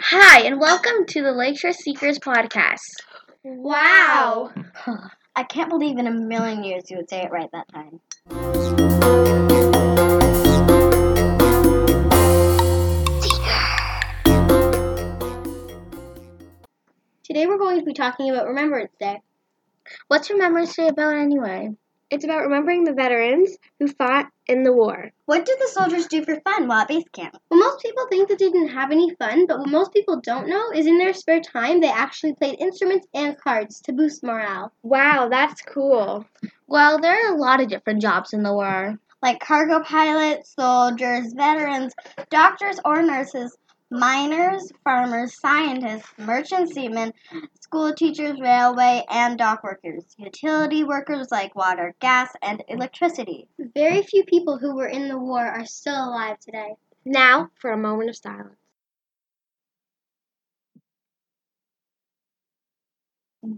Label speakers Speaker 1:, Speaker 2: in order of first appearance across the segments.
Speaker 1: Hi, and welcome to the Lakeshore Seekers podcast.
Speaker 2: Wow.
Speaker 3: I can't believe in a million years you would say it right that time.
Speaker 2: Today we're going to be talking about Remembrance Day.
Speaker 1: What's Remembrance Day about anyway?
Speaker 2: It's about remembering the veterans who fought in the war.
Speaker 3: What do the soldiers do for fun while at base camp?
Speaker 2: Well, most people think that they didn't have any fun, but what most people don't know is in their spare time they actually played instruments and cards to boost morale.
Speaker 1: Wow, that's cool. Well, there are a lot of different jobs in the war.
Speaker 3: Like cargo pilots, soldiers, veterans, doctors or nurses, miners, farmers, scientists, merchant seamen, school teachers, railway and dock workers, utility workers like water, gas, and electricity.
Speaker 2: Very few people who were in the war are still alive today.
Speaker 1: Now for a moment of silence.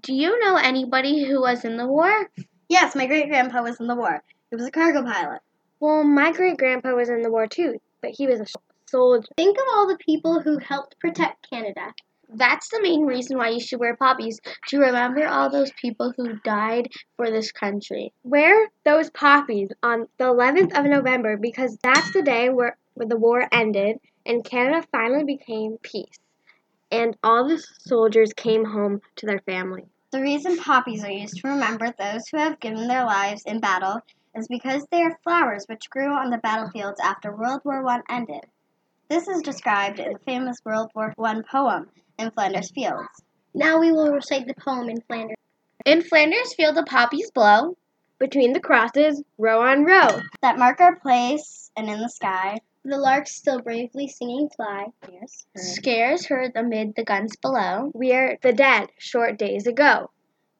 Speaker 1: Do you know anybody who was in the war?
Speaker 3: Yes, my great grandpa was in the war. He was a cargo pilot.
Speaker 4: Well, my great grandpa was in the war too, but he was a soldier.
Speaker 2: Think of all the people who helped protect Canada.
Speaker 1: That's the main reason why you should wear poppies to remember all those people who died for this country.
Speaker 4: Wear those poppies on the 11th of November because that's the day where, where the war ended and Canada finally became peace. And all the soldiers came home to their family.
Speaker 3: The reason poppies are used to remember those who have given their lives in battle is because they are flowers which grew on the battlefields after World War I ended. This is described in the famous World War I poem, In Flanders Fields.
Speaker 2: Now we will recite the poem in Flanders.
Speaker 1: In Flanders Field, the poppies blow.
Speaker 4: Between the crosses, row on row.
Speaker 3: That mark our place and in the sky.
Speaker 2: The larks still bravely singing fly.
Speaker 3: Here's her.
Speaker 1: Scares heard amid the guns below.
Speaker 4: We are the dead, short days ago.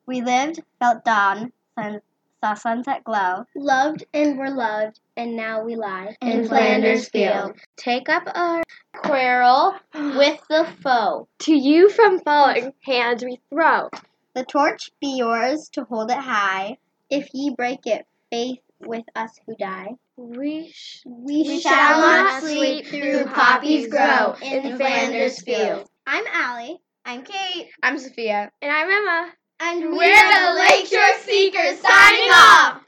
Speaker 3: We lived, felt dawn, sun, saw sunset glow.
Speaker 2: Loved and were loved, and now we lie.
Speaker 3: In Flanders Field.
Speaker 1: Take up our quarrel with the foe.
Speaker 4: To you from falling hands we throw.
Speaker 3: The torch be yours to hold it high.
Speaker 2: If ye break it, faith with us who die.
Speaker 4: We sh-
Speaker 2: We,
Speaker 3: shall not sleep through poppies grow in Flanders
Speaker 2: fields.
Speaker 3: field.
Speaker 2: I'm Allie,
Speaker 3: I'm Kate.
Speaker 1: I'm Sophia.
Speaker 4: and I'm Emma.
Speaker 2: and
Speaker 3: We're the Lakeshore Seekers signing off.